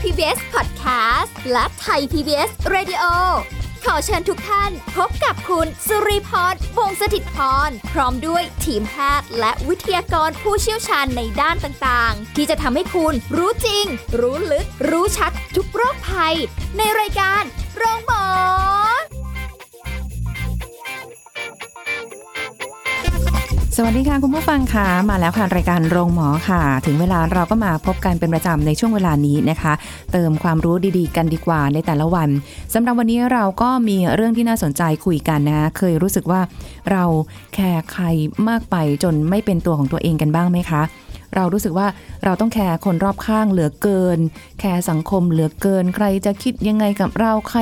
PBS Podcast และไทย PBS Radio ขอเชิญทุกท่านพบกับคุณสุริพรวงศสถิตพร พร้อมด้วยทีมแพทย์และวิทยากรผู้เชี่ยวชาญในด้านต่างๆ ที่จะทำให้คุณรู้จริง รู้ลึก รู้ชัดทุกโรคภัย ในรายการโรงพยาบาล สวัสดีค่ะ คุณผู้ฟังค่ะ มาแล้วค่ะรายการโรงหมอค่ะ ถึงเวลาเราก็มาพบกันเป็นประจำในช่วงเวลานี้นะคะ เติมความรู้ดีๆ กันดีกว่าในแต่ละวันสำหรับวันนี้เราก็มีเรื่องที่น่าสนใจคุยกันนะ เคยรู้สึกว่าเราแคร์ใครมากไปจนไม่เป็นตัวของตัวเองกันบ้างไหมคะ เรารู้สึกว่าเราต้องแคร์คนรอบข้างเหลือเกิน แคร์สังคมเหลือเกิน ใครจะคิดยังไงกับเราใคร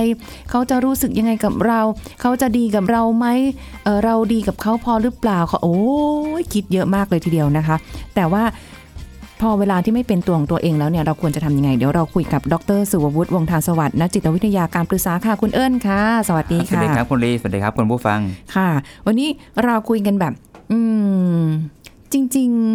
เขาจะรู้สึกยังไงกับเรา เขาจะดีกับเราไหม เอ่อเราดีกับเขาพอหรือเปล่าเขาโอ้ยคิดเยอะมากเลยทีเดียวนะคะ แต่ว่าพอเวลาที่ไม่เป็นตัวของตัวเองแล้วเนี่ยเราควรจะทำยังไง เดี๋ยวเราคุยกับดรสุวัตวงศ์ทางสวัสดิ์นักจิตวิทยาการปรึกษาค่ะคุณเอิญค่ะ สวัสดี สวั ค่ะ สดีครับคุณลีสวัสดีครับคุณผู้ฟัง ค่ะ วันนี้เราคุยกันแบบ อืม จริง ๆ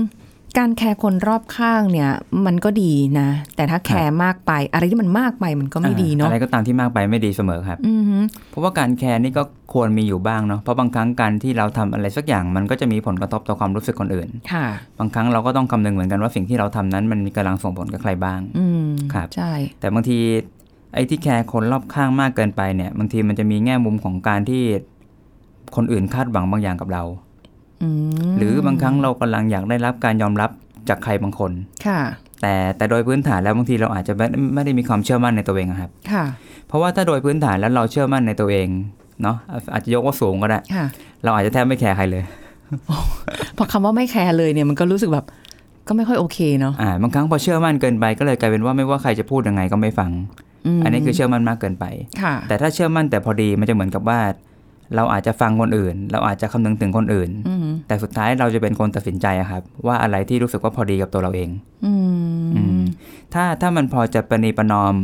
การแคร์คนรอบข้างเนี่ย มันก็ดีนะ แต่ถ้าแคร์มากไป อะไรที่มันมากไปมันก็ไม่ดีเนาะ อะไรก็ตามที่มากไปไม่ดีเสมอครับ อือหือ เพราะว่าการแคร์นี่ก็ควรมีอยู่บ้างเนาะ เพราะบางครั้งการที่เราทำอะไรสักอย่างมันก็จะมีผลกระทบต่อความรู้สึกคนอื่น ค่ะ บางครั้งเราก็ต้องคำนึงเหมือนกันว่าสิ่งที่เราทำนั้นมันกำลังส่งผลกับใครบ้าง อืม ครับ ใช่ แต่บางทีไอ้ที่แคร์คนรอบข้างมากเกินไปเนี่ย บางทีมันจะมีแง่มุมของการที่คนอื่นคาดหวังบางอย่างกับเรา อืม หรือบางครั้งเรากำลังอยากได้รับการยอมรับจากใครบางคน ค่ะ แต่แต่โดยพื้นฐานแล้วบางทีเราอาจจะไม่ไม่ได้มีความเชื่อมั่นในตัวเองอะครับ ค่ะ เพราะว่าถ้าโดยพื้นฐานแล้วเราเชื่อมั่นในตัวเองเนาะอาอาจจะยกว่าสูงก็ได้ ค่ะ เราอาจจะแทบไม่แคร์ใครเลย พอคำว่าไม่แคร์เลยเนี่ยมันก็รู้สึกแบบก็ไม่ค่อยโอเคเนาะ อ่าบางครั้งพอเชื่อมั่นเกินไปก็เลยกลายเป็นว่าไม่ว่าใครจะพูดยังไงก็ไม่ฟัง ม อันนี้คือเชื่อมั่นมากเกินไป ค่ะ แต่ถ้าเชื่อมั่นแต่พอดีมันจะเหมือนกับว่า เราอาจจะฟังคนอื่น เราอาจจะคำนึงถึงคนอื่น อืม แต่สุดท้ายเราจะเป็นคนตัดสินใจอะครับ ว่าอะไรที่รู้สึกว่าพอดีกับตัวเราเอง อื อื ม มถ้าถ้ามันพอจะประนีประนอม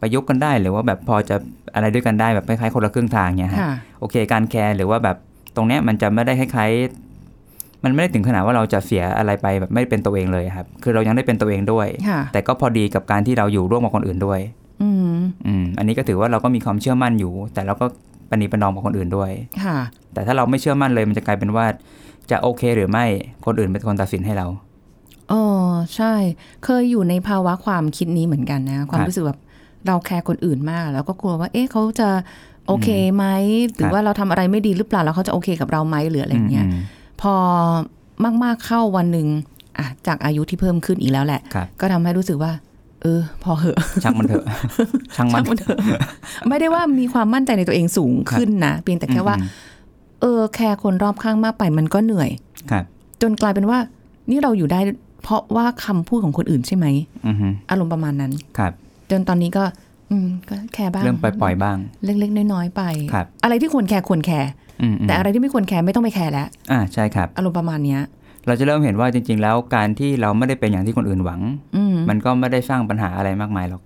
ประยุกต์กันได้หรือว่าแบบพอจะอะไรด้วยกันได้แบบคล้ายๆคนละครึ่งทางเนี่ยฮะ ค่ะ โอเคการแคร์หรือว่าแบบตรงเนี้ยมันจะไม่ได้คล้ายๆมันไม่ได้ถึงขนาดว่าเราจะเสียอะไรไปแบบไม่เป็นตัวเองเลยครับ คือเรายังได้เป็นตัวเองด้วย ค่ะ แต่ก็พอดีกับการที่เราอยู่ร่วมกับคนอื่นด้วย อืม อืมอันนี้ก็ถือว่าเราก็มีความเชื่อมั่นอยู่ แต่เราก็ปณิประนอมกับคนอื่นด้วย ค่ะ แต่ถ้าเราไม่เชื่อมั่นเลยมันจะกลายเป็นว่าจะโอเคหรือไม่คนอื่นเป็นคนตัดสินให้เรา เออใช่ เคยอยู่ในภาวะความคิดนี้เหมือนกันนะ ความ ครับ รู้สึกแบบเราแคร์คนอื่นมาก แล้วก็กลัวว่า เอ๊ะเขาจะโอเคไหมหรือครับ ว่าเราทำอะไรไม่ดีหรือเปล่าแล้วเขาจะโอเคกับเราไหมหรืออะไรอย่างเงี้ย ม พอมาก ๆ เข้าวันหนึ่งอ่ะจากอายุที่เพิ่มขึ้นอีกแล้วแหละ ครับ ก็ทำให้รู้สึกว่า เออ พอเหอะ อืมช่างมันเถอะ ช่างมัน ช่างมันเถอะ ไม่ได้ว่ามีความมั่นใจในตัวเองสูงขึ้นนะ เพียงแต่แค่ว่า อืม เออแคร์คนรอบข้างมากไปมันก็เหนื่อย ครับ จนกลายเป็นว่า นี่เราอยู่ได้เพราะว่าคำพูดของคนอื่นใช่ไหม อือฮึ อารมณ์ประมาณนั้น ครับ จนตอนนี้ก็ อืมก็แคร์บ้าง เรื่องปล่อยๆบ้าง เล็กๆน้อยๆไป ครับ อะไรที่ควรแคร์ควรแคร์ อืมๆ แต่อะไรที่ไม่ควรแคร์ไม่ต้องไปแคร์แล้ว อ่าใช่ครับ อารมณ์ประมาณเนี้ย เราจะเริ่มเห็นว่าจริง ๆ แล้วการที่เราไม่ได้เป็นอย่างที่คนอื่นหวัง อืม มันก็ไม่ได้สร้างปัญหาอะไรมากมายหรอก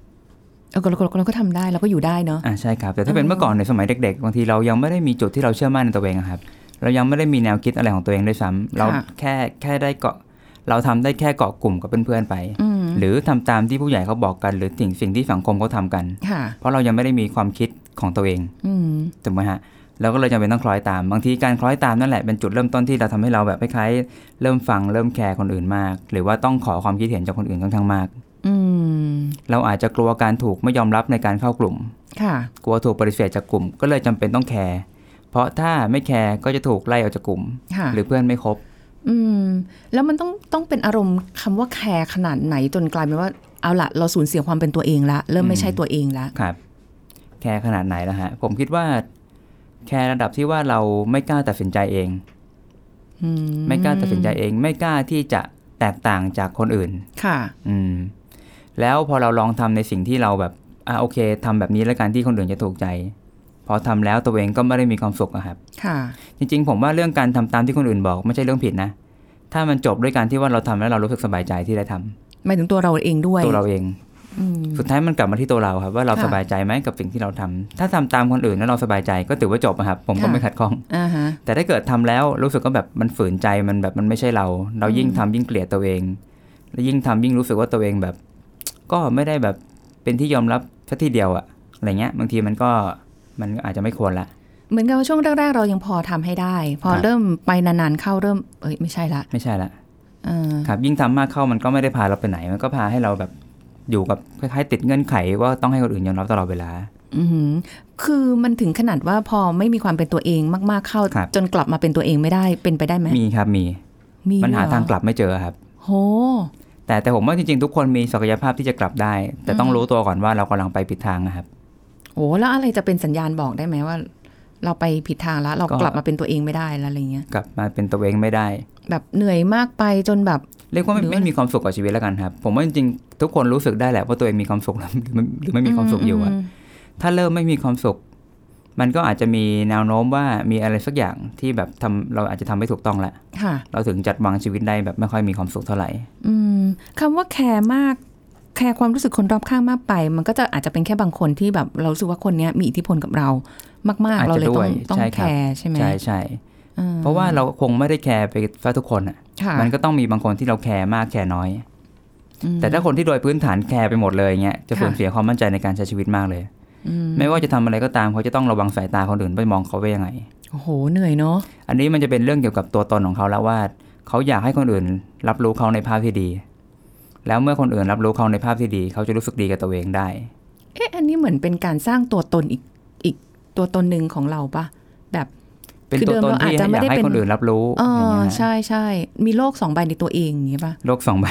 เออเราก็เราก็ทำได้เราก็อยู่ได้เนาะ อ่าใช่ครับ แต่ถ้าเป็นเมื่อก่อนในสมัยเด็กๆ บางทีเรายังไม่ได้มีจุดที่เราเชื่อมั่นในตัวเองอะครับ เรายังไม่ได้มีแนวคิดอะไรของตัวเองด้วยซ้ำเรา ค่ะ แค่แค่ได้เกาะ เราทำได้แค่เกาะกลุ่มกับเพื่อนๆไป อืม หรือทำตามที่ผู้ใหญ่เขาบอกกัน หรือสิ่งสิ่งที่สังคมเขาทำกัน ค่ะ เพราะเรายังไม่ได้มีความคิดของตัวเอง อืม ถูกไหมฮะ เราก็เลยจำเป็นต้องคล้อยตาม บางทีการคล้อยตามนั่นแหละเป็นจุดเริ่มต้นที่เราทำให้เราแบบคล้ายๆเริ่มฟังเริ่มแคร์คนอื่นมาก หรือว่าต้องขอความคิดเห็นจากคนอื่นค่อนข้างมาก อืม เราอาจจะกลัวการถูกไม่ยอมรับในการเข้ากลุ่ม ค่ะ กลัวถูกปฏิเสธจากกลุ่ม ก็เลยจำเป็นต้องแคร์ เพราะถ้าไม่แคร์ก็จะถูกไล่ออกจากกลุ่ม ค่ะ หรือเพื่อนไม่คบ อืมแล้วมันต้องต้องเป็นอารมณ์คำว่าแคร์ขนาดไหนจนกลายเป็นว่าเอาละเราสูญเสียความเป็นตัวเองละเริ่มไม่ใช่ตัวเองละ ครับ แคร์ขนาดไหนล่ะฮะ ผมคิดว่า แคร์ระดับที่ว่าเราไม่กล้าตัดสินใจเอง อื ไม่กล้าตัดสินใจเอง ไม่กล้าที่จะแตกต่างจากคนอื่น ค่ะ อืม แล้วพอเราลองทำในสิ่งที่เราแบบ อ่ะโอเคทำแบบนี้แล้วกันที่คนอื่นจะถูกใจ พอทำแล้วตัวเองก็ไม่ได้มีความสุขอะครับ ค่ะ จริงๆ ผมว่าเรื่องการทำตามที่คนอื่นบอกไม่ใช่เรื่องผิดนะ ถ้ามันจบด้วยการที่ว่าเราทำแล้วเรารู้สึกสบายใจที่ได้ทำ หมายถึงตัวเราเองด้วย ตัวเราเอง อืม สุดท้ายมันกลับมาที่ตัวเราครับว่าเรา ค่ะ สบายใจไหมกับสิ่งที่เราทำถ้าทำตามคนอื่นแล้วเราสบายใจก็ถือว่าจบอะครับ ผมก็ ค่ะ ไม่ขัดข้อง อ่าฮะ แต่ถ้าเกิดทำแล้วรู้สึกก็แบบมันฝืนใจมันแบบมันไม่ใช่เรา เรายิ่งทำยิ่งเกลียดตัวเอง และยิ่งทำยิ่งรู้สึกว่าตัวเองแบบ ก็ไม่ได้แบบ เป็นที่ยอมรับแค่ที่เดียวอะอะไรเงี้ยบางทีมันก็มันก็อาจจะไม่ควรละ เหมือนกับว่าช่วงแรกๆเรายังพอทำให้ได้ พอ ครับ เริ่มไปนานๆเข้าเริ่มเอ้ยไม่ใช่ละ ไม่ใช่ละ เออ ครับยิ่งทำมากเข้ามันก็ไม่ได้พาเราไปไหน มันก็พาให้เราแบบอยู่กับคล้ายๆติดเงื่อนไขว่าต้องให้คนอื่นยอมรับตลอดเวลา อือหือคือมันถึงขนาดว่าพอไม่มีความเป็นตัวเองมากๆเข้า ครับ จนกลับมาเป็นตัวเองไม่ได้เป็นไปได้ไหม มีครับมีมันหา เรอ ทางกลับไม่เจอครับ โห แต่แต่ผมว่าจริงๆ ทุกคนมีศักยภาพที่จะกลับได้ แต่ต้อง อืม รู้ตัวก่อนว่าเรากำลังไปผิดทางนะครับ โอ้แล้วอะไรจะเป็นสัญญาณบอกได้ไหมว่า เราไปผิดทางแล้ว เรา ก็ กลับมาเป็นตัวเองไม่ได้แล้วอะไรเงี้ย กลับมาเป็นตัวเองไม่ได้ แบบเหนื่อยมากไปจนแบบ เรียกว่าหไม่รือว่า ไม่มีความสุขกับชีวิตแล้วกันครับ ผมว่าจริงๆ ทุกคนรู้สึกได้แหละว่าตัวเองมีความสุขห รือหรือหรือไม่มีความสุขอยู่อะ ม ถ้าเริ่มไม่มีความสุข มันก็อาจจะมีแนวโน้มว่ามีอะไรสักอย่างที่แบบทำเราอาจจะทำไม่ถูกต้องละ ค่ะ เราถึงจัดวางชีวิตได้แบบไม่ค่อยมีความสุขเท่าไหร่ อืมคำว่าแคร์มาก แคร์ความรู้สึกคนรอบข้างมากไป มันก็จะอาจจะเป็นแค่บางคนที่แบบเรารู้สึกว่าคนเนี้ยมีอิทธิพลกับเรา มาก ๆ อาจ เรา จะ เลยต้อง ด้วย ต้อง ใช่ค แครับ ร์ใช่ไหม ใช่ใช่ อืม เพราะว่าเราคงไม่ได้แคร์ไปซะทุกคนอ่ะ ค่ะ มันก็ต้องมีบางคนที่เราแคร์มากแคร์น้อย อืม แต่ถ้าคนที่โดยพื้นฐานแคร์ไปหมดเลยเงี้ยจะ ค่ะ สูญเสียความมั่นใจในการใช้ชีวิตมากเลย อืม ไม่ว่าจะทำอะไรก็ตามเขาจะต้องระวังสายตาคนอื่นไปมองเขาไว้ยังไง โอ้โหเหนื่อยเนาะ อันนี้มันจะเป็นเรื่องเกี่ยวกับตัวตนของเขาแล้วว่าเขาอยากให้คนอื่น รับรู้เขาในภาพที่ดี แล้วเมื่อคนอื่นรับรู้เขาในภาพที่ดี เขาจะรู้สึกดีกับตัวเองได้ เอ๊ะอันนี้เหมือนเป็นการสร้างตัวตนอีกอีกตัวตนหนึ่งของเราปะแบบ เป็นตัวตนคือเดิมเราที่อาจจะไม่ อยาก ได้ ให้ เป็น คนอื่นรับรู้ เอ อย่าง อ เงี้ยฮะ ใช่ใช่มีโลกสองใบในตัวเองอย่างเงี้ยปะ โลกสองใบ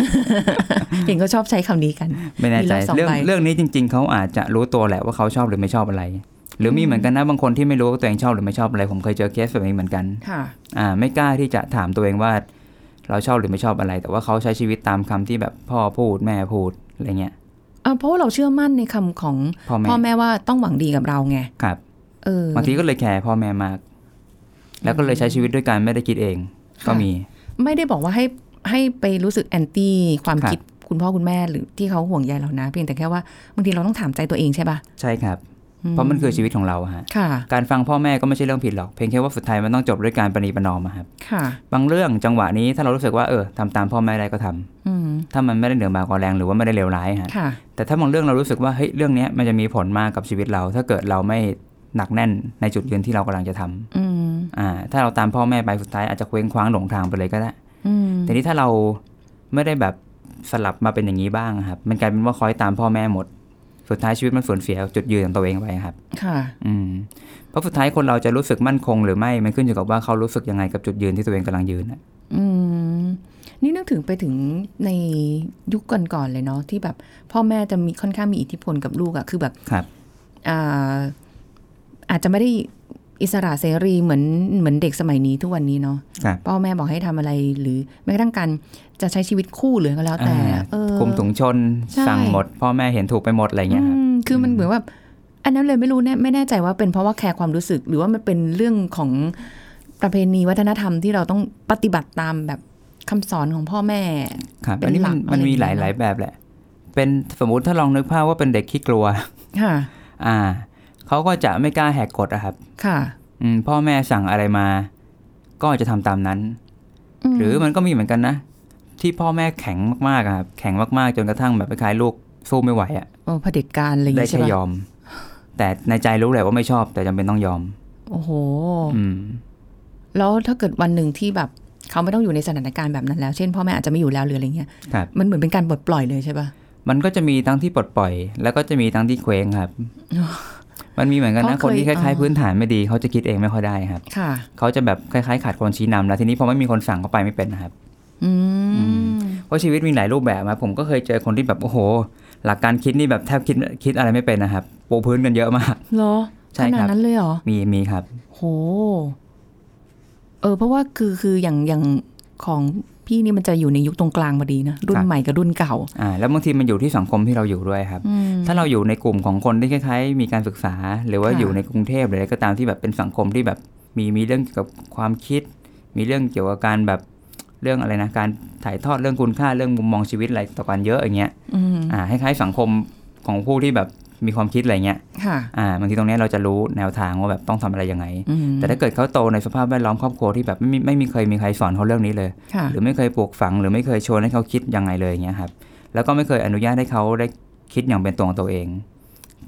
เห็นเขาชอบใช้คำนี้กัน ไม่แน่ใจ มีโลกสอง เรื่อง ใบ เรื่องนี้จริง ๆ เขาอาจจะรู้ตัวแหละว่าเขาชอบหรือไม่ชอบอะไร หรือมีเหมือนกันนะบางคนที่ไม่รู้ว่าตัวเองชอบหรือไม่ชอบอะไร ผมเคยเจอเคสแบบนี้เหมือนกัน ค่ะ อ่าไม่กล้าที่จะถามตัวเองว่าเราชอบหรือไม่ชอบอะไร แต่ว่าเขาใช้ชีวิตตามคำที่แบบพ่อพูดแม่พูดอะไรเงี้ย เพราะว่าเราเชื่อมั่นในคำของ พ่อแม่ พ่อแม่ว่าต้องหวังดีกับเราไง ครับ เออ บางทีก็เลยแคร์พ่อแม่มาก แล้วก็เลยใช้ชีวิตด้วยการไม่ได้คิดเอง ค่ะ ก็มี ไม่ได้บอกว่าให้ให้ไปรู้สึกแอนตี้ความ ครับ คิดคุณพ่อคุณแม่หรือที่เขาห่วงใยเรานะ เพียงแต่แค่ว่าบางทีเราต้องถามใจตัวเองใช่ปะ ใช่ครับ อื เพราะมันคือชีวิตของเราฮะ ค่ะ การฟังพ่อแม่ก็ไม่ใช่เรื่องผิดหรอกเพียงแค่ว่าสุดท้ายมันต้องจบด้วยการประนีประนอมอะครับ ค่ะ บางเรื่องจังหวะนี้ถ้าเรารู้สึกว่าเออทำตามพ่อแม่ได้ก็ทำ อืม ถ้ามันไม่ได้เหนือบากกว่าแรงหรือว่าไม่ได้เลวร้ายฮะ ค่ะ แต่ถ้าบางเรื่องเรารู้สึกว่าเฮ้ยเรื่องเนี้ยมันจะมีผลมากกับชีวิตเรา ถ้าเกิดเราไม่หนักแน่นในจุดยืนที่เรากำลังจะทำ อืม อ่าถ้าเราตามพ่อแม่ไปสุดท้ายอาจจะเคว้งคว้างหลงทางไปเลยก็ได้ อืม แต่นี่ถ้าเราไม่ได้แบบสลับมาเป็นอย่างนี้บ้างอะครับ มันกลายเป็นว่าคอยตามพ่อแม่หมด สุดท้ายชีวิตมันสูญเสียจุดยืนของตัวเองไปครับ ค่ะ อืมเพราะสุดท้ายคนเราจะรู้สึกมั่นคงหรือไม่ มันขึ้นอยู่กับว่าเขารู้สึกยังไงกับจุดยืนที่ตัวเองกำลังยืนอะ อืมนี่นึกถึงไปถึงในยุคก่อนๆเลยเนาะที่แบบพ่อแม่จะมีค่อนข้างมีอิทธิพลกับลูกอะคือแบบ ครับ อาอาจจะไม่ได้อิสระเสรีเหมือนเหมือนเด็กสมัยนี้ทุกวันนี้เนาะ ครับ พ่อแม่บอกให้ทำอะไรหรือแม้กระทั่งการจะใช้ชีวิตคู่หรือก็แล้วแต่ อ่า เออ คุมถุงชน ใช่ สั่งหมด พ่อแม่เห็นถูกไปหมดอะไรเงี้ยครับ อืมคือมันเหมือนว่าอันนั้นเลยไม่รู้แน่ไม่แน่ใจว่าเป็นเพราะว่าแคร์ความรู้สึก หรือว่ามันเป็นเรื่องของประเพณีวัฒนธรรมที่เราต้องปฏิบัติตามแบบคำสอนของพ่อแม่ ครับ เป็น อันนี้หมันลัก มันมี อะไร ห อย่างเงี้ย ลาย ๆ แบบแหละ เป็นสมมติถ้าลองนึกภาพว่าเป็นเด็กขี้กลัว ค่ะ อ่าเขาก็จะไม่กล้าแหกกฎอะครับ ค่ะ อืมพ่อแม่สั่งอะไรมา ก็จะทำตามนั้น ม หรือมันก็มีเหมือนกันนะ ที่พ่อแม่แข็งมากๆอะครับแข็งมากๆ จนกระทั่งแบบคล้ายๆลูกสู้ไม่ไหวอะ โอ้เผด็จการอะไรอย่าง ได้ เงี้ยใช่ แค่ย ปะ อม แต่ในใจรู้แหละว่าไม่ชอบ แต่จำเป็นต้องยอม โอ้โห อืม แล้วถ้าเกิดวันหนึ่งที่แบบเขาไม่ต้องอยู่ในสถานการณ์แบบนั้นแล้ว เช่นพ่อแม่อาจจะไม่อยู่แล้วหรืออะไรเงี้ย ครับ มันเหมือนเป็นการปลดปล่อยเลยใช่ปะ มันก็จะมีทั้งที่ปลดปล่อย แล้วก็จะมีทั้งที่เคว้งครับ มันมีเหมือนกันนะ เพ ค ราะ น เคย ที่คล้าย อ่า ๆพื้นฐานไม่ดีเขาจะคิดเองไม่ค่อยได้ครับ ค่ะ เขาจะแบบคล้ายๆขาดคนชี้นำแล้วทีนี้พอไม่มีคนสั่งเขาไปไม่เป็นนะครับ อืม เพราะชีวิตมีหลายรูปแบบครับผมก็เคยเจอคนที่แบบโอ้โห หลักการคิดนี่แบบแทบคิดคิดอะไรไม่เป็นนะครับปูพื้นกันเยอะมาก เหรอ ใช่ ข ครับ นาดนั้นเลยเหรอ มีมีครับ โหเออ เพราะว่าคือคืออย่างอย่างของพี่นี่มันจะอยู่ในยุคตรงกลางพอดีนะรุ่ คนรับ ใหม่กับรุ่นเก่า อ่าแล้วบางทีมันอยู่ที่สังคมที่เราอยู่ด้วยครับ อืม ถ้าเราอยู่ในกลุ่มของคนที่คล้ายๆมีการศึกษา หรือว่า ค่ะ อยู่ในกรุงเทพหรืออะไรก็ตามที่แบบเป็นสังคมที่แบบมีมีเรื่องเกี่ยวกับความคิด มีเรื่องเกี่ยวกับการแบบเรื่องอะไรนะการถ่ายทอดเรื่องคุณค่าเรื่องมุมมองชีวิตอะไรต่อกันเยอะอย่างเงี้ย อืม อ่าคล้ายๆสังคมของผู้ที่แบบมีความคิดอะไรเงี้ย ค่ะ อ่าบางทีตรงเนี้ยเราจะรู้แนวทางว่าแบบต้องทำอะไรยังไง อืม แต่ถ้าเกิดเขาโตในสภาพแวดล้อมครอบครัวที่แบบไม่มีไม่มีเคยมีใครสอนเขาเรื่องนี้เลย ค่ะ หรือไม่เคยปลูกฝังหรือไม่เคยชวนให้เขาคิดยังไงเลยอย่างเงี้ยครับแล้วก็ไม่เคยอนุญาตให้เขาได้ คิดอย่างเป็นตัวของตัวเอง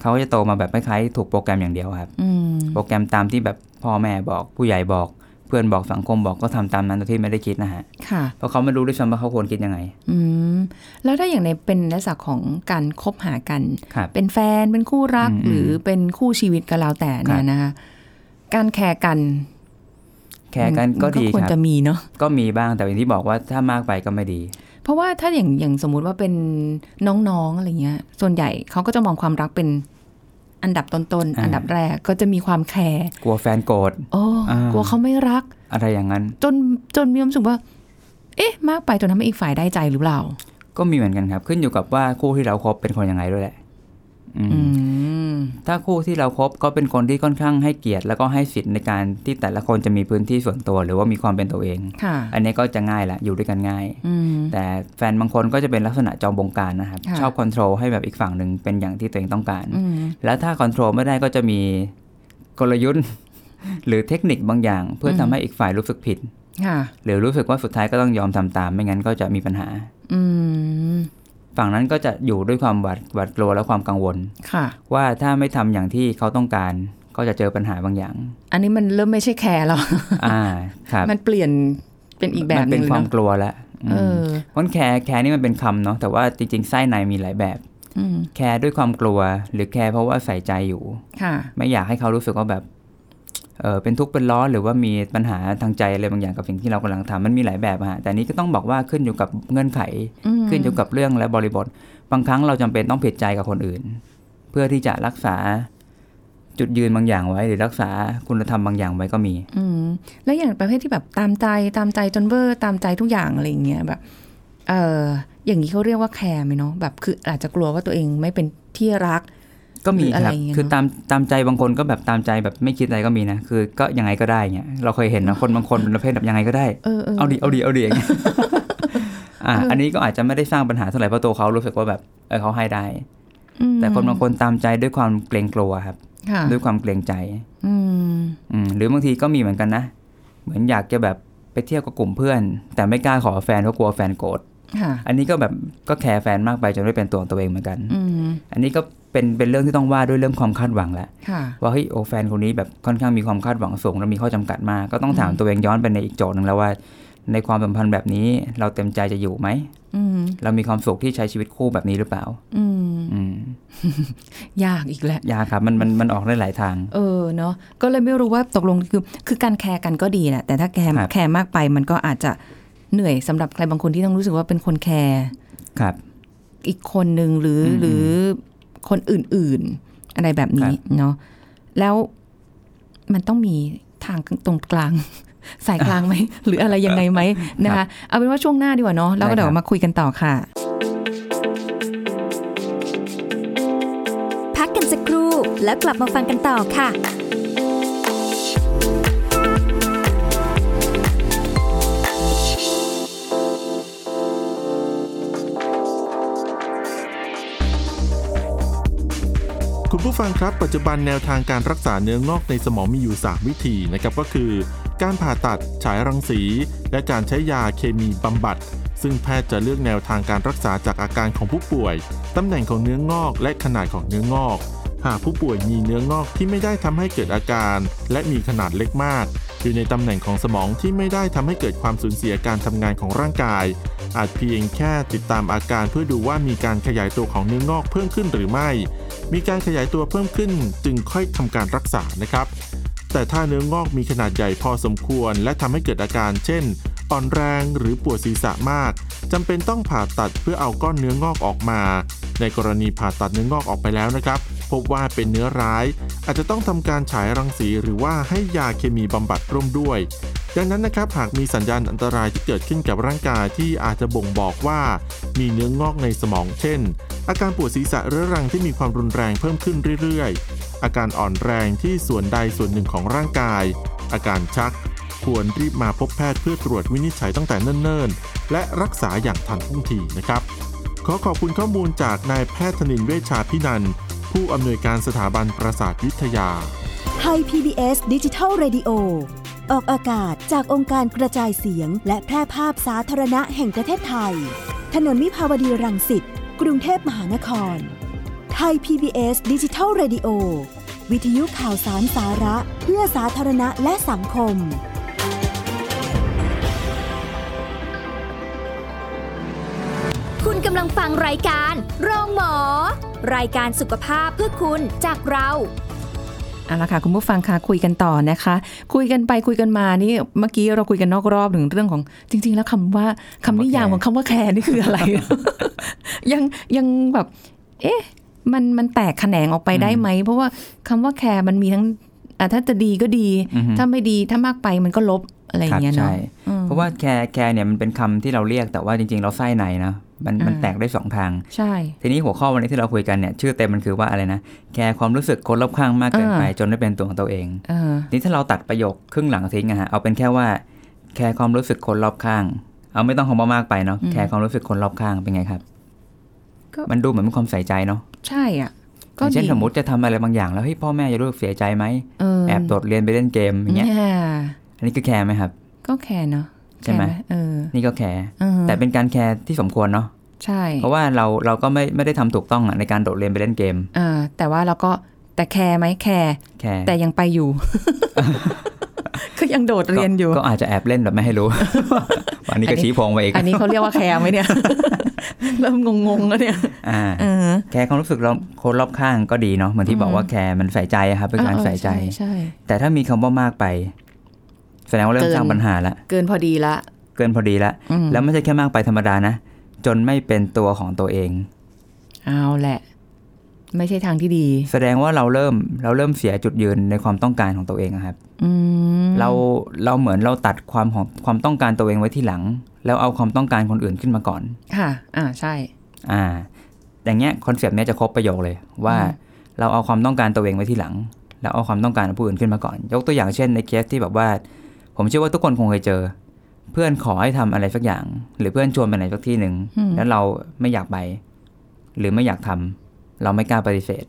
เขาก็จะโตมาแบบคล้ายๆถูกโปรแกรมอย่างเดียวครับ อืม โปรแกรมตามที่แบบพ่อแม่บอกผู้ใหญ่บอก เพื่อนบอกสังคมบอกก็ทำตามนั้นโดยที่ไม่ได้คิดนะฮะ ค่ะ เพราะเขาไม่รู้ด้วยซ้ำว่าเขาควรคิดยังไง อืมแล้วถ้าอย่างในเป็นลักษณะของการคบหากัน ครับ เป็นแฟนเป็นคู่รัก อืมอืม หรือเป็นคู่ชีวิตก็แล้วแต่เนี่ ครั ย บ นะคะการแคร์กัน แคร์กันก็ มั ดี ควร ครับ จะมีเนาะ ก็มีบ้างแต่อย่างที่บอกว่าถ้ามากไปก็ไม่ดี เพราะว่าถ้าอย่างอย่างสมมุติว่าเป็นน้องๆอะไรเงี้ย ส่วนใหญ่เขาก็จะมองความรักเป็นอันดับต้นๆ อ่า อันดับแรกก็จะมีความแคร์ กลัวแฟนโกรธ โอ้ อ่ากก ลัวเขาไม่รัก อะไรอย่างนั้น จนจนมีความรู้สึกว่า เอ๊ะ มากไปจนทำให้อีกฝ่ายได้ใจหรือเปล่า ก็มีเหมือนกันครับ ขึ้นอยู่กับว่าคู่ที่เราคบเป็นคนยังไงด้วยแหละอืม อืม ถ้าคู่ที่เราคบก็เป็นคนที่ค่อนข้างให้เกียรติ แล้วก็ให้สิทธิ์ในการที่แต่ละคนจะมีพื้นที่ส่วนตัว หรือว่ามีความเป็นตัวเอง ค่ะ อันนี้ก็จะง่ายละอยู่ด้วยกันง่าย อืม แต่แฟนบางคนก็จะเป็นลักษณะจอมบงการนะครับ ค่ะ ชอบคอนโทรลให้แบบอีกฝั่งหนึ่งเป็นอย่างที่ตัวเองต้องการ อืม แล้วถ้าคอนโทรลไม่ได้ก็จะมีกลยุทธ์ หรือเทคนิคบางอย่าง เพื่อทำให้อีกฝ่ายรู้สึกผิด ค่ะ หรือรู้สึกว่าสุดท้ายก็ต้องยอมทำตาม ไม่งั้นก็จะมีปัญหา อืม ฝั่งนั้นก็จะอยู่ด้วยความหวาดหวาดกลัวและความกังวล ค่ะ ว่าถ้าไม่ทำอย่างที่เขาต้องการ ก็จะเจอปัญหาบาง อย่าง อันนี้มันเริ่มไม่ใช่แคร์แล้ว อ่าครับ มันเปลี่ยนเป็นอีกแบบ มั ห เป็ นึ่ น ง ความ เนอะ กลัวละ เอ ม อ มันแคร์แคร์นี่มันเป็นคำเนาะแต่ว่าจริงๆไส้ในมีหลายแบบ อืม แคร์ด้วยความกลัว หรือแคร์เพราะว่าใส่ใจอยู่ ค่ะ ไม่อยากให้เขารู้สึกว่าแบบเออเป็นทุกข์เป็นร้อนหรือว่ามีปัญหาทางใจอะไรบางอย่างกับสิ่งที่เรากำลังทำมันมีหลายแบบอะฮะแต่อันนี้ก็ต้องบอกว่าขึ้นอยู่กับเงื่อนไข อืม ขึ้นอยู่กับเรื่องและบริบท บางครั้งเราจำเป็นต้องผิดใจกับคนอื่น เพื่อที่จะรักษาจุดยืนบางอย่างไว้ หรือรักษาคุณธรรมบางอย่างไว้ก็มี อืมแล้วอย่างประเภทที่แบบตามใจตามใจจนเวอร์ตามใจทุกอย่างอะไรอย่างเงี้ยแบบ เอออย่างนี้เขาเรียกว่าแคร์ไหมเนาะแบบคืออาจจะกลัวว่าตัวเองไม่เป็นที่รัก ก็มี หรืออะ ค ไร รับ อย่างเงี้ย คือ เนอะ ตามตามใจบางคนก็แบบตามใจแบบไม่คิดอะไรก็มีนะ คือก็ยังไงก็ได้เงี้ย เราเคยเห็นนะคนบางคนเป็นประเภทแบบยังไงก็ได้ เออเออ เอาดีเอาดีเอาดีอย่างเงี้ย อ่ะ เอออั อันนี้ก็อาจจะไม่ได้สร้างปัญหาเท่าไหร่เพราะตัวเขารู้สึกว่าแบบเออเขาให้ได้ อืม แต่คนบางคนตามใจด้วยความเกรงกลัวครับ ค่ะ ด้วยความเกรงใจ อืม อืมหรือบางทีก็มีเหมือนกันนะ เหมือนอยากจะแบบไปเที่ยวกับกลุ่มเพื่อน แต่ไม่กล้าขอแฟนเพราะกลัวแฟนโกรธ ค่ะ อันนี้ก็แบบก็แคร์แฟนมากไปจนไม่เป็นตัวของตัวเองเหมือนกัน อืม อันนี้ก็เป็นเป็นเรื่องที่ต้องว่าด้วยเรื่องความคาดหวังแหละ ค่ะ ว่าเฮ้ยโอแฟนคนนี้แบบค่อนข้างมีความคาดหวังสูงและมีข้อจำกัดมากก็ต้องถามตัวเองย้อนไปในอีกโจทย์หนึ่งแล้วว่า ในความสัมพันธ์แบบนี้เราเต็มใจจะอยู่ไหม อืม เรามีความสุขที่ใช้ชีวิตคู่แบบนี้หรือเปล่า อืม อืม ยากอีกแล้ว ยากครับมันมันมันออกได้หลายทาง เออเนาะก็เลยไม่รู้ว่าตกลงคือคือการแคร์กันก็ดีแหละแต่ถ้าแคร์ ครับ แคร์มากไปมันก็อาจจะเหนื่อยสำหรับใครบางคนที่ต้องรู้สึกว่าเป็นคนแคร์ ครับ อีกคนหนึ่งหรือ อืม หรือคนอื่นๆ อะไรแบบนี้ ครับ เนาะแล้วมันต้องมีทางตรงกลาง สายกลางไหม หรืออะไรยังไงไหมนะคะเอาเป็นว่าช่วงหน้าดีกว่าเนาะแล้วก็เดี๋ยวมาคุยกันต่อค่ะ พักกันสักครู่แล้วกลับมาฟังกันต่อค่ะ คุณผู้ฟังครับปัจจุบันแนวทางการรักษาเนื้องอกในสมองมีอยู่ 3 วิธีนะครับก็คือ การผ่าตัดฉายรังสี และการใช้ยาเคมีบำบัด ซึ่งแพทย์จะเลือกแนวทางการรักษาจากอาการของผู้ป่วย ตำแหน่งของเนื้องอกและขนาดของเนื้องอก หากผู้ป่วยมีเนื้องอกที่ไม่ได้ทำให้เกิดอาการ และมีขนาดเล็กมาก อยู่ในตำแหน่งของสมองที่ไม่ได้ทำให้เกิดความสูญเสียการทำงานของร่างกาย อาจเพียงแค่ติดตามอาการเพื่อดูว่ามีการขยายตัวของเนื้องอกเพิ่มขึ้นหรือไม่ มีการขยายตัวเพิ่มขึ้นจึงค่อยทำการรักษานะครับ แต่ถ้าเนื้องอกมีขนาดใหญ่พอสมควร และทำให้เกิดอาการเช่น อ่อนแรงหรือปวดศีรษะมากจำเป็นต้องผ่าตัดเพื่อเอาก้อนเนื้องอกออกมา ในกรณีผ่าตัดเนื้องอกออกไปแล้วนะครับ พบว่าเป็นเนื้อร้าย อาจจะต้องทำการฉายรังสีหรือว่าให้ยาเคมีบำบัดร่วมด้วย ดังนั้นนะครับหากมีสัญญาณอันตรายที่เกิดขึ้นกับร่างกายที่อาจจะบ่งบอกว่า มีเนื้องอกในสมองเช่น อาการปวดศีรษะเรื้อรังที่มีความรุนแรงเพิ่มขึ้นเรื่อยๆ อาการอ่อนแรงที่ส่วนใดส่วนหนึ่งของร่างกาย อาการชัก ควรรีบมาพบแพทย์เพื่อตรวจวินิจฉัยตั้งแต่เนิ่นๆ และรักษาอย่างทันท่วงทีนะครับ ขอขอบคุณข้อมูลจากนายแพทย์ธนินเวชชาพินันท์ผู้อำนวยการสถาบันประสาทวิทยา ไทย PBS ดิจิทัล Radio ออกอากาศจากองค์การกระจายเสียง และแพร่ภาพสาธารณะแห่งประเทศไทย ถนนมิภาวดีรังสิต กรุงเทพมหานคร ไทย PBS ดิจิทัล Radio วิทยุข่าวสารสาระ เพื่อสาธารณะและสังคม คุณกำลังฟังรายการโรงหมอ รายการสุขภาพเพื่อคุณจากเรา เอาละค่ะคุณผู้ฟังค่ะคุยกันต่อนะคะ คุยกันไปคุยกันมานี่เมื่อกี้เราคุยกันนอกรอบถึงเรื่องของจริง ๆ แล้วคำว่าคำ คำว่า นิยาม แคร์ ของคำว่าแคร์นี่คือ อะไร ยังยังแบบ เอ๊ะ มันมันแตกแขนงออกไปได้ไหม เพราะว่าคำว่าแคร์มันมีทั้งอ่ะถ้าจะดีก็ดี อือฮึ ถ้าไม่ดีถ้ามากไปมันก็ลบอะไรอย่างเงี้ย ครัเนาะบใช่ อืม เพราะว่าแคร์แคร์เนี่ยมันเป็นคำที่เราเรียกแต่ว่าจริงๆ เราไส้ในนะมันมัน อ่า แตกได้สองทาง ใช่ ทีนี้หัวข้อวันนี้ที่เราคุยกันเนี่ยชื่อเต็มมันคือว่าอะไรนะ แคร์ความรู้สึกคนรอบข้างมากเกินไป อ่า จนไม่เป็นตัวของตัวเอง เออ นี่ถ้าเราตัดประโยคครึ่งหลังทิ้งอะฮะเอาเป็นแค่ว่า แคร์ความรู้สึกคนรอบข้าง เอาไม่ต้องคำว่ามากไปเนาะ อืม แคร์ความรู้สึกคนรอบข้างเป็นไงครับ ก็ มันดูเหมือนเป็นความใส่ใจเนาะ ใช่อ่ะ อ ก็ ย่าดีงเช่นสมมติจะทำอะไรบางอย่างแล้วเฮ้ยพ่อแม่จะรู้สึกเสียใจไหม เ แอบโดดเรียนไปเล่นเกมอย่างเงี้ย นี่ อันนี้คือแคร์ไหมครับ ก็แคร์เนาะ ใช่ไหม แคร์เออ นี่ก็แคร์ เออ แต่เป็นการแคร์ที่สมควรเนาะ ใช่ เพราะว่าเราเราก็ไม่ไม่ได้ทำถูกต้องอะในการโดดเรียนไปเล่นเกม เออแต่ว่าเราก็แต่แคร์ไหมแคร์ แค่ แต่ยังไป อยู่ ก็ยังโดดเรียนอยู่ ก็ก็อาจจะแอบเล่นแบบไม่ ให้รู้ วันนี้ อั ก็ นนี้ ชี้โพงไปอีก อันนี้เขาเรียกว่าแคร์ไหม เนี่ย เริ่มงงๆแล้วเนี่ย อ่า เออ แคร์ความรู้สึกเราคนรอบข้างก็ดีเนาะเหมือนที่บอกว่าแคร์มันใส่ใจอะครับเป็นการใส่ใจ เออใช่ แต่ถ้ามีคำว่ามากไป แสดงว่าเริ่ม เกิน สร้างปัญหาละ เกินพอดีละ เกินพอดีละ อืม แล้วไม่ใช่แค่มากไปธรรมดานะ จนไม่เป็นตัวของตัวเอง เอาแหละ ไม่ใช่ทางที่ดี แสดงว่าเราเริ่มเราเริ่มเสียจุดยืนในความต้องการของตัวเองอะครับ อืม เราเราเหมือนเราตัดความของความต้องการตัวเองไว้ที่หลัง แล้วเอาความต้องการคนอื่นขึ้นมาก่อน ค่ะ อ่าใช่ อ่าอย่างเงี้ยคอนเซปต์เนี้ยจะครบประโยคเลยว่า อืม เราเอาความต้องการตัวเองไว้ที่หลัง แล้วเอาความต้องการของผู้อื่นขึ้นมาก่อน ยกตัวอย่างเช่นในเคสที่แบบว่า ผมเชื่อว่าทุกคนคงเคยเจอ เพื่อนขอให้ทำอะไรสักอย่าง หรือเพื่อนชวนไปไหนสักที่หนึ่ง อืม แล้วเราไม่อยากไป หรือไม่อยากทำเราไม่กล้าปฏิเสธ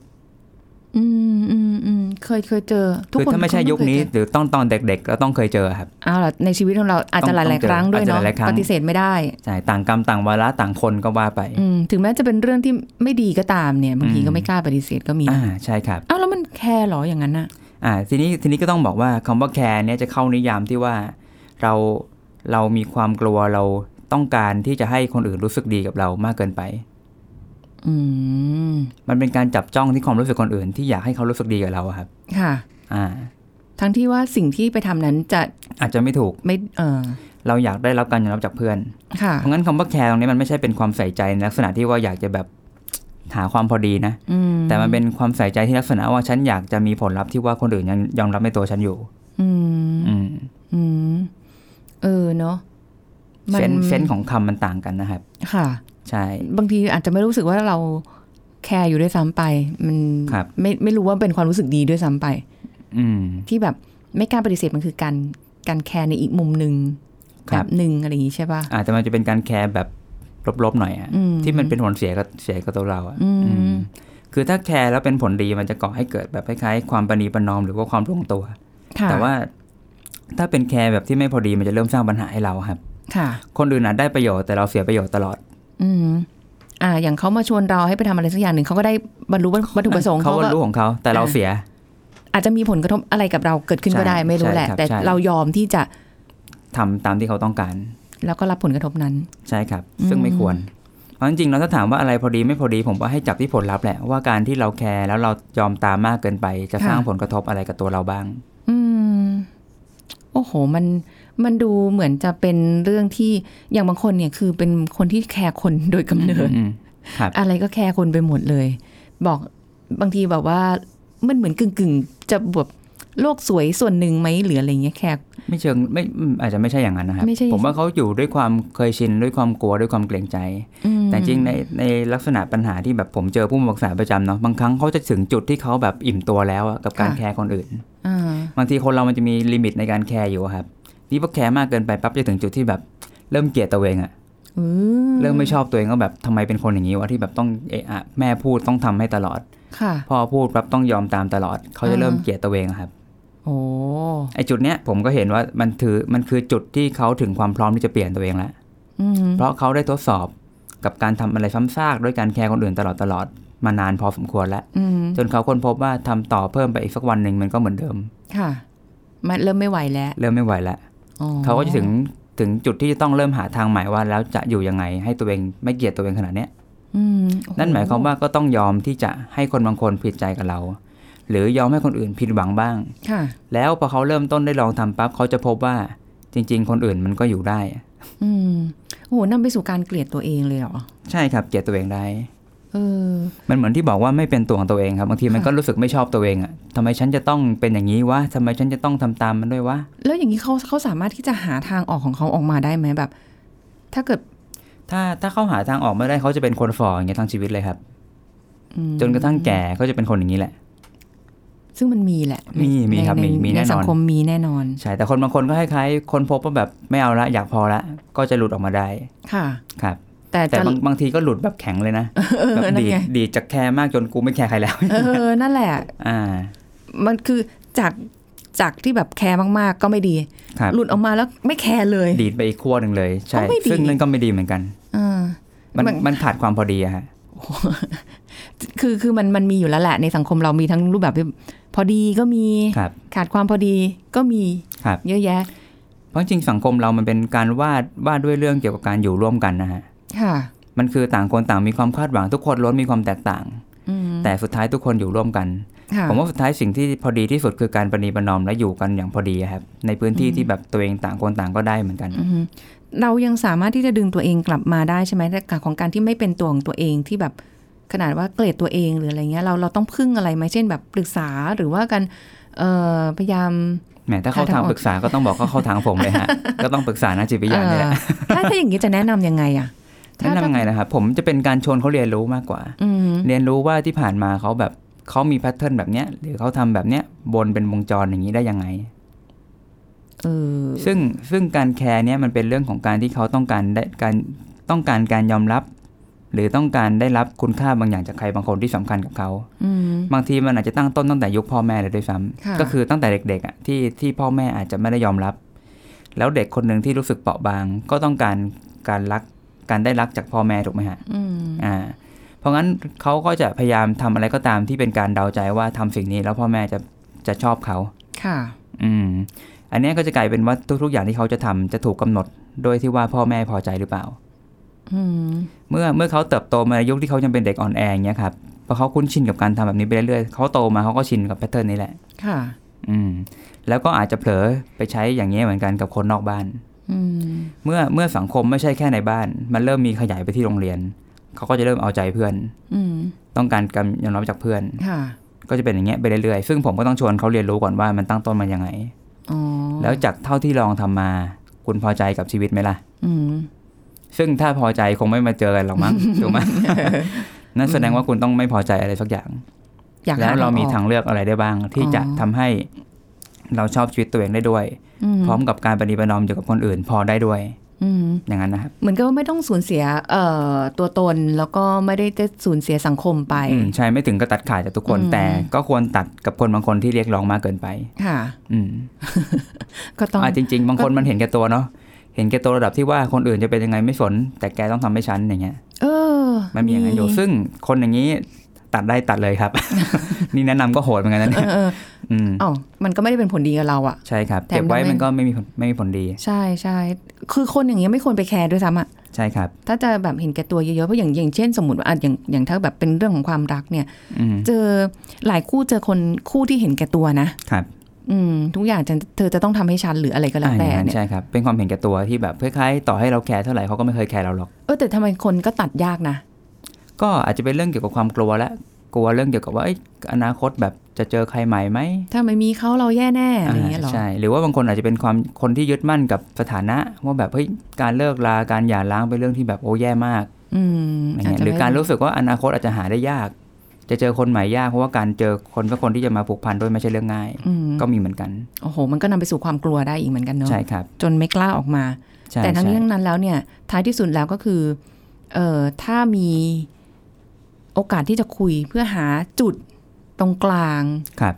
อืมอืมอืมเคยเคยเจอ ทุก คือ คน ถ้าไม่ใช่ งเ ยุคนี้ หรือต้องตอนเด็กๆเราต้องเคยเจอครับ เอาล่ะในชีวิตของเราอาจ ต้ จะ อง ห ต้ ลา อย ง ๆ เจ ค อ รั้งด้วย อาจจะ เนาะ หลายๆครั้ง ปฏิเสธไม่ได้ ใช่ต่างกรรมต่างวาระต่างคนก็ว่าไป อืมถึงแม้จะเป็นเรื่องที่ไม่ดีก็ตามเนี่ยบางที อืม ก็ไม่กล้าปฏิเสธก็มี อ่า นะ ใช่ครับ เอ้าแล้วมันแคร์เหรออย่างนั้นอะ อ่าทีนี้ทีนี้ก็ต้องบอกว่าคำว่าแคร์เนี่ยจะเข้านิยามที่ว่าเราเรามีความกลัวเราต้องการที่จะให้คนอื่นรู้สึกดีกับเรามากเกินไป อืม มันเป็นการจับจ้องที่ความรู้สึกคนอื่น ที่อยากให้เขารู้สึกดีกับเราอะครับ ค่ะ อ่า ทั้งที่ว่าสิ่งที่ไปทำนั้นจะ อาจจะไม่ถูก ไม่เออ เราอยากได้รับการยอมรับจากเพื่อน ค่ะ เพราะงั้นคำว่าแคร์ตรงนี้มันไม่ใช่เป็นความใส่ใจในลักษณะที่ว่าอยากจะแบบหาความพอดีนะ อืม แต่มันเป็นความใส่ใจที่ลักษณะว่าฉันอยากจะมีผลลัพธ์ที่ว่าคนอื่นยังยอมรับในตัวฉันอยู่ อืม อืม อืมเออเนาะ เซนส์เซนส์ของคำมันต่างกันนะครับ ค่ะ ใช่ บางทีอาจจะไม่รู้สึกว่าเราแคร์อยู่ด้วยซ้ำไป มัน ครับ ไม่ไม่รู้ว่าเป็นความรู้สึกดีด้วยซ้ำไป อืม ที่แบบไม่กล้าปฏิเสธมันคือการการแคร์ในอีกมุมหนึ่งแบครับ บหนึ่งอะไรอย่างนี้ใช่ป่ะ อาจจะมันจะเป็นการแคร์แบบลบๆหน่อยอะ อืม ที่มันเป็นผลเสียกับเสียกับตัวเราอะ อืม อืมคือถ้าแคร์แล้วเป็นผลดีมันจะก่อให้เกิดแบบคล้ายๆความประนีประนอมหรือว่าความลงตัว ค่ะ แต่ว่าถ้าเป็นแคร์แบบที่ไม่พอดีมันจะเริ่มสร้างปัญหาให้เราครับ ค่ะ คนอื่นอาจได้ประโยชน์แต่เราเสียประโยชน์ตลอด อืมอ่า อย่างเขามาชวนเราให้ไปทำอะไรสักอย่างหนึ่งเขาก็ได้บรรลุวัตถุประสงค์ เขาก็ ก็ รู้ของเขาแต่เรา อ่า เสีย อาจจะมีผลกระทบอะไรกับเราเกิดขึ้นก็ได้ ใช่ ไม่รู้แหละ ใช่ครับ แต่ ใช่ เรายอมที่จะ ทำตามที่เขาต้องการ แล้วก็รับผลกระทบนั้น ใช่ครับ อืม ซึ่งไม่ควร เพราะจริงๆเราถ้าถามว่าอะไรพอดีไม่พอดีผมว่าให้จับที่ผลลัพธ์แหละว่าการที่เราแคร์แล้วเรายอมตามมากเกินไป จะสร้างผลกระทบอะไรกับตัวเราบ้าง อืม โอ้โห มันมันดูเหมือนจะเป็นเรื่องที่อย่างบางคนเนี่ยคือเป็นคนที่แคร์คนโดยกำเนิด อืมครับ อะไรก็แคร์คนไปหมดเลย บอกบางทีแบบว่ามันเหมือนกึ่งกึ่งๆจะแบบโลกสวยส่วนหนึ่งไหมหรืออะไรเงี้ยแคร์ ไม่เชิงไม่อืมอาจจะไม่ใช่อย่างนั้นนะครับ ไม่ใช่ ผมว่าเขาอยู่ด้วยความเคยชินด้วยความกลัวด้วยความเกรงใจ อืม แต่จริงในในลักษณะปัญหาที่แบบผมเจอผู้ปรึกษาประจำเนาะบางครั้งเขาจะถึงจุดที่เขาแบบอิ่มตัวแล้วอะกับการแคร์คนอื่น อ่า บางทีคนเรามันจะมีลิมิตในการแคร์อยู่อะครับนี่พอแคร์มากเกินไปปั๊บจะถึงจุดที่แบบเริ่มเกลียดตัวเองอะ อืม เริ่มไม่ชอบตัวเองก็แบบทำไมเป็นคนอย่างนี้วะที่แบบต้องเอะอะแม่พูดต้องทำให้ตลอด ค่ะ พ่อพูดปั๊บต้องยอมตามตลอด เขาจะเริ่ม อ่า เกลียดตัวเองอะครับ โอ้ ไอจุดเนี้ยผมก็เห็นว่ามันถือมันคือจุดที่เขาถึงความพร้อมที่จะเปลี่ยนตัวเองแล้ว อืม เพราะเขาได้ทดสอบกับการทำอะไรซ้ำซากด้วยการแคร์คนอื่นตลอดตลอด มานานพอสมควรแล้ว อืม จนเขาค้นพบว่าทำต่อเพิ่มไปอีกสักวันหนึ่งมันก็เหมือนเดิม ค่ะ มันเริ่มไม่ไหวแล้ว เริ่มไม่ไหวแล้ว อ๋อ เขาก็จะถึงถึงจุดที่จะต้องเริ่มหาทางใหม่ว่าแล้วจะอยู่ยังไง ให้ตัวเองไม่เกลียดตัวเองขนาดเนี้ย อืมโอ้โ นั่นหมายความว่าก็ต้องยอมที่จะให้คนบางคนผิดใจกับเรา หรือยอมให้คนอื่นผิดหวังบ้าง ค่ะ แล้วพอเขาเริ่มต้นได้ลองทำปั๊บเขาจะพบว่าจริง ๆ คนอื่นมันก็อยู่ได้ อืมโอ้โหนำไปสู่การเกลียดตัวเองเลยเหรอ ใช่ครับเกลียดตัวเองได้ เออ มันเหมือนที่บอกว่าไม่เป็นตัวของตัวเองครับบางทีมัน ค่ะ ก็รู้สึกไม่ชอบตัวเองอะทำไมฉันจะต้องเป็นอย่างนี้วะทำไมฉันจะต้องทำตามมันด้วยวะ แล้วอย่างนี้เขาเขาสามารถที่จะหาทางออกของเขาออกมาได้ไหมแบบ ถ้าเกิด ถ้าถ้าเขาหาทางออกไม่ได้เขาจะเป็นคนฝ่ออย่างเงี้ยทั้งชีวิตเลยครับ อืม จนกระทั่งแก่ก็จะเป็นคนอย่างนี้แหละ ซึ่งมันมีแหละ มีมีครับมีมีแน่นอน ในสังคมมีแน่นอน ใช่แต่คนบางคนก็คล้ายๆคนพบว่าแบบไม่เอาละอยากพอละก็จะหลุดออกมาได้ ค่ะ ครับ แต่ แต่ จะ บางบางทีก็หลุดแบบแข็งเลยนะ เออ แบบ นั่น ดีด ไง ดีดจากแคร์มากจนกูไม่แคร์ใครแล้ว เออนั่นแหละ อ่า มันคือจากจากที่แบบแคร์มากๆ ก็ไม่ดี ครับ หลุดออกมาแล้วไม่แคร์เลย ดีดไปอีกขั้วหนึ่งเลย ใช่ ก็ไม่ดี ซึ่งนั่นก็ไม่ดีเหมือนกัน เออ มัน มัน มันขาดความพอดีอะฮะ คือคือมันมันมีอยู่แล้วแหละ ในสังคมเรามีทั้งรูปแบบที่พอดีก็มี ครับ ขาดความพอดีก็มี ครับ เยอะแยะ เพราะจริงสังคมเรามันเป็นการวาดวาดด้วยเรื่องเกี่ยวกับการอยู่ร่วมกันนะฮะ ค่ะ มันคือต่างคนต่างมีความคาดหวังทุกคนล้วนมีความแตกต่าง อืม แต่สุดท้ายทุกคนอยู่ร่วมกัน ค่ะ ผมว่าสุดท้ายสิ่งที่พอดีที่สุดคือการประนีประนอมและอยู่กันอย่างพอดีอะครับในพื้นที่ที่แบบตัวเองต่างคนต่างก็ได้เหมือนกัน อือฮึเรายังสามารถที่จะดึงตัวเองกลับมาได้ใช่ไหมในกาของการที่ไม่เป็นตัวของตัวเองที่แบบขนาดว่าเกลียดตัวเองหรืออะไรเงี้ยเราเราต้องพึ่งอะไรไหมเช่นแบบปรึกษาหรือว่าการเอ่อพยายาม แหมถ้าเข้าทางปรึกษาก็ต้องบอกก็เข้าทางผมเลยฮะ ก็ต้องปรึกษานักจิตวิทยาเนี่ยแหละ เออถ้าถ้าอย่างนี้จะแนะนำยังไงอ่ะ แนะนำยังไงนะครับผมจะเป็นการชวนเขาเรียนรู้มากกว่า อืม เรียนรู้ว่าที่ผ่านมาเขาแบบเขามีแพทเทิร์นแบบเนี้ยหรือเขาทำแบบเนี้ยบนเป็นวงจรอย่างนี้ได้ยังไง เออ ซึ่งซึ่งการแคร์เนี้ยมันเป็นเรื่องของการที่เขาต้องการได้การต้องการการยอมรับ หรือต้องการได้รับคุณค่าบางอย่างจากใครบางคนที่สำคัญกับเขา อืม บางทีมันอาจจะตั้งต้นตั้งแต่ยุคพ่อแม่เลยด้วยซ้ ค่ะ ำก็คือตั้งแต่เด็กๆอ่ะที่ที่พ่อแม่อาจจะไม่ได้ยอมรับ แล้วเด็กคนหนึ่งที่รู้สึกเปราะบาง ก็ต้องการการรักการได้รักจากพ่อแม่ถูกไหมฮะ อืม อ่า เพราะงั้นเขาก็จะพยายามทำอะไรก็ตามที่เป็นการเดาใจว่าทำสิ่งนี้แล้วพ่อแม่จะจะชอบเขา ค่ะ อืม อันเนี้ยก็จะกลายเป็นว่าทุกๆอย่างที่เขาจะทำจะถูกกำหนดโดยที่ว่าพ่อแม่พอใจหรือเปล่า อืม เมื่อเมื่อเขาเติบโตมาในยุคที่เขายังเป็นเด็กอ่อนแออย่างเงี้ยครับพอเขาคุ้นชินกับการทำแบบนี้ไปเรื่อยๆเขาโตมาเขาก็ชินกับแพทเทิร์นนี้แหละ ค่ะ อืมแล้วก็อาจจะเผลอไปใช้อย่างนี้ยเหมือนกันกับคนนอกบ้าน อืม เมื่อเมื่อสังคมไม่ใช่แค่ในบ้าน มันเริ่มมีขยายไปที่โรงเรียน เขาก็จะเริ่มเอาใจเพื่อน อืม ต้องการการยอมรับจากเพื่อน ค่ะ ก็จะเป็นอย่างเงี้ยไปเรื่อยๆซึ่งผมก็ต้องชวนเขาเรียนรู้ก่อนว่ามันตั้งต้นมายังไง อ๋อ แล้วจากเท่าที่ลองทำมา คุณพอใจกับชีวิตไหมล่ะ อืม ซึ่งถ้าพอใจคงไม่มาเจอกันหรอกมั้ ง ถูกไหมนั่นแสดงว่าคุณต้องไม่พอใจอะไรสักอย่าง อยากห แล้วเรามี ออก ทางเลือกอะไรได้บ้าง ที่จะ อ๋อ ทำให้เราชอบชีวิตตัวเองได้ด้วย ม พร้อมกับการปฏิบัตินอมอยู่กับคนอื่น พอได้ด้วย อืม อย่างนั้นนะครับ เหมือนกับว่าไม่ต้องสูญเสียเอ่อตัวตนแล้วก็ไม่ได้จะสูญเสียสังคมไป อืมใช่ไม่ถึงกับตัดขาดจากทุกคน อืม แต่ก็ควรตัดกับคนบางคนที่เรียกร้องมากเกินไป ค่ะ อืม ก็ต้อง อ่ะจริง ๆ บางคนมันเห็นแก่ตัวเนาะเห็นแก่ตัวระดับที่ว่าคนอื่นจะเป็นยังไงไม่สน แต่แกต้องทำให้ฉันอย่างเงี้ย เออ มันมีอย่างนั้นอยู่ซึ่งคนอย่างนี้ตัดได้ตัดเลยครับ นี่แนะนำก็โหดเหมือนกันนะ เอ เนี่ย อเออ อืม เอ้ามันก็ไม่ได้เป็นผลดีกับเราอ่ะ ใช่ครับ แถม เก็บไว้ ยังไม่ มันก็ไม่มีผลไม่มีผลดี ใช่ใช่คือคนอย่างเงี้ยไม่ควรไปแคร์ด้วยซ้ำอ่ะ ใช่ครับ ถ้าจะแบบเห็นแก่ตัวเยอะๆ เพราะอย่างอย่างเช่นสมมติว่าอ่ะอย่างอย่างถ้าแบบเป็นเรื่องของความรักเนี่ย อืม เจอหลายคู่เจอคนคู่ที่เห็นแก่ตัวนะ ครับ อืมทุกอย่างจะเธอจะต้องทำให้ฉันหรืออะไรก็แล้ว อ่ะอ แต่ ย่างนั้น เนี่ย ใช่ครับเป็นความเห็นแก่ตัวที่แบบคล้ายๆต่อให้เราแคร์เท่าไหร่เขาก็ไม่เคยแคร์เราหรอก เออแต่ทำไมคนก็ตัดยากนะ ก็อาจจะเป็นเรื่องเกี่ยวกับความกลัวและกลัวเรื่องเกี่ยวกับว่าเอ้ยอนาคตแบบจะเจอใครใหม่ไหม ถ้าไม่มีเขาเราแย่แน่อะไรอย่างเงี้ยเหรอ ใช่หรือว่าบางคนอาจจะเป็นความคนที่ยึดมั่นกับสถานะว่าแบบเฮ้ยการเลิกลาการหย่าร้างเป็นเรื่องที่แบบโอ้แย่มาก อืม อะไร อาจ เงี้ย จะ หรือ ไม่ การรู้สึกว่าอนาคตอาจจะหาได้ยาก จะเจอคนใหม่ยากเพราะว่าการเจอคนสักคนที่จะมาผูกพันด้วยไม่ใช่เรื่องง่าย อืม ก็มีเหมือนกัน โอ้โห มันก็นำไปสู่ความกลัวได้อีกเหมือนกันเนอะ ใช่ครับ จนไม่กล้าออกมา ใช่ แต่ทั้งนี้ ใช่ ทั้งนั้นแล้วเนี่ย ท้ายที่สุดแล้วก็คือเอ่อถ้ามีโอกาสที่จะคุยเพื่อหาจุดตรงกลาง ครับ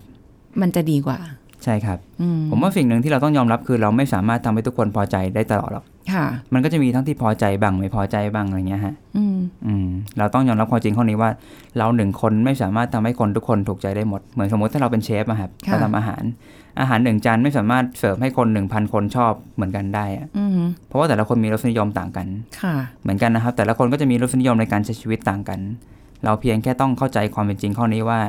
มันจะดีกว่า ใช่ครับ อื ผมว่าสิ่งหนึ่งที่เราต้องยอมรับคือเราไม่สามารถทำให้ทุกคนพอใจได้ตลอดหรอก ค่ะ มันก็จะมีทั้งที่พอใจบ้างไม่พอใจบ้างอะไรเงี้ยฮะ อืม อืมเราต้องยอมรับความจริงข้อนี้ว่า เราหนึ่งคนไม่สามารถทำให้คนทุกคนถูกใจได้หมดเหมือนสมมติถ้าเราเป็นเชฟอะครับ ค่ะ เราทำอาหาร อาหารหนึ่งจานไม่สามารถเสิร์ฟให้คนหนึ่งพันคนชอบเหมือนกันได้อะ อืม เพราะว่าแต่ละคนมีรสนิยมต่างกัน ค่ะ เหมือนกันนะครับ แต่ละคนก็จะมีรสนิยมในการใช้ชีวิตต่างกัน เราเพียงแค่ต้องเข้าใจความเป็นจริงข้อนี้ว่า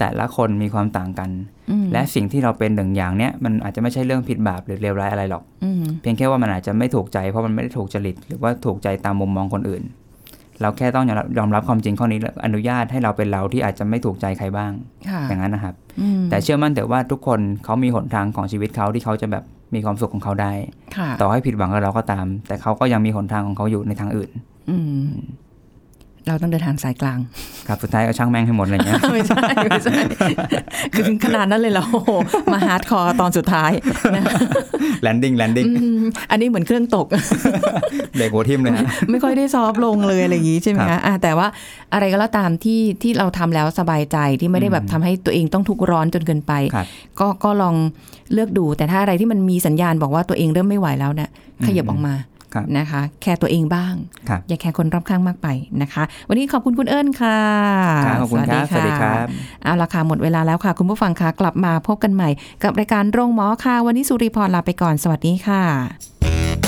แต่ละคนมีความต่างกัน อืม และสิ่งที่เราเป็นหนึ่งอย่างเนี้ยมันอาจจะไม่ใช่เรื่องผิดบาปหรือเลวร้ายอะไรหรอก อืม เพียงแค่ว่ามันอาจจะไม่ถูกใจเพราะมันไม่ได้ถูกจริตหรือว่าถูกใจตามมุมมองคนอื่น เราแค่ต้องยอมรับยอมรับความจริงข้อนี้และอนุญาตให้เราเป็นเราที่อาจจะไม่ถูกใจใครบ้าง ค่ะ อย่างนั้นนะครับ อืม แต่เชื่อมั่นแต่ว่าทุกคนเขามีหนทางของชีวิตเขาที่เขาจะแบบมีความสุขของเขาได้ ค่ะ ต่อให้ผิดหวังกับเราก็ตาม แต่เขาก็ยังมีหนทางของเขาอยู่ในทางอื่น อืมเราต้องเดินทางสายกลาง ครับสุดท้ายก็ช่างแม่งให้หมดอะไร เงี้ย ไม่ใช่ไม่ใช่คือขนาดนั้นเลยเหรอโอ้โหมาฮาร์ดคอร์ตอนสุดท้ายนะ แลนดิ้งแลนดิ้ง อืมอันนี้เหมือนเครื่องตก เบรกหัวทิ่มเลยฮะ ไม่ค่อยได้ซอฟต์ลงเลยอะไรอย่างนี้ใช่ไหม ครั คะ บ อ่ะแต่ว่าอะไรก็แล้วตามที่ที่เราทำแล้วสบายใจที่ไม่ได้แบบ อืม ทำให้ตัวเองต้องทุกข์ร้อนจนเกินไป ครับ ก็ก็ลองเลือกดู แต่ถ้าอะไรที่มันมีสัญญาณบอกว่าตัวเองเริ่มไม่ไหวแล้วเนี่ยขยับ อืม ออกมา ครับ นะคะ แคร์ตัวเองบ้าง ครับ อย่าแคร์คนรอบข้างมากไปนะคะ วันนี้ขอบคุณคุณเอิญค่ะ ครับขอบคุณครับ สวัสดีค ค่ะ รับ เอาละค่ะหมดเวลาแล้วค่ะ คุณผู้ฟังคะกลับมาพบกันใหม่ กับรายการโรงหมอค่ะ วันนี้สุริพรลาไปก่อนสวัสดีค่ะ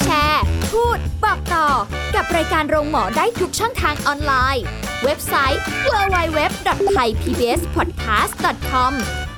แชร์ พูด บอกต่อ กับรายการโรงหมอได้ทุกช่องทางออนไลน์ เว็บไซต์ www.thaipbspodcast.com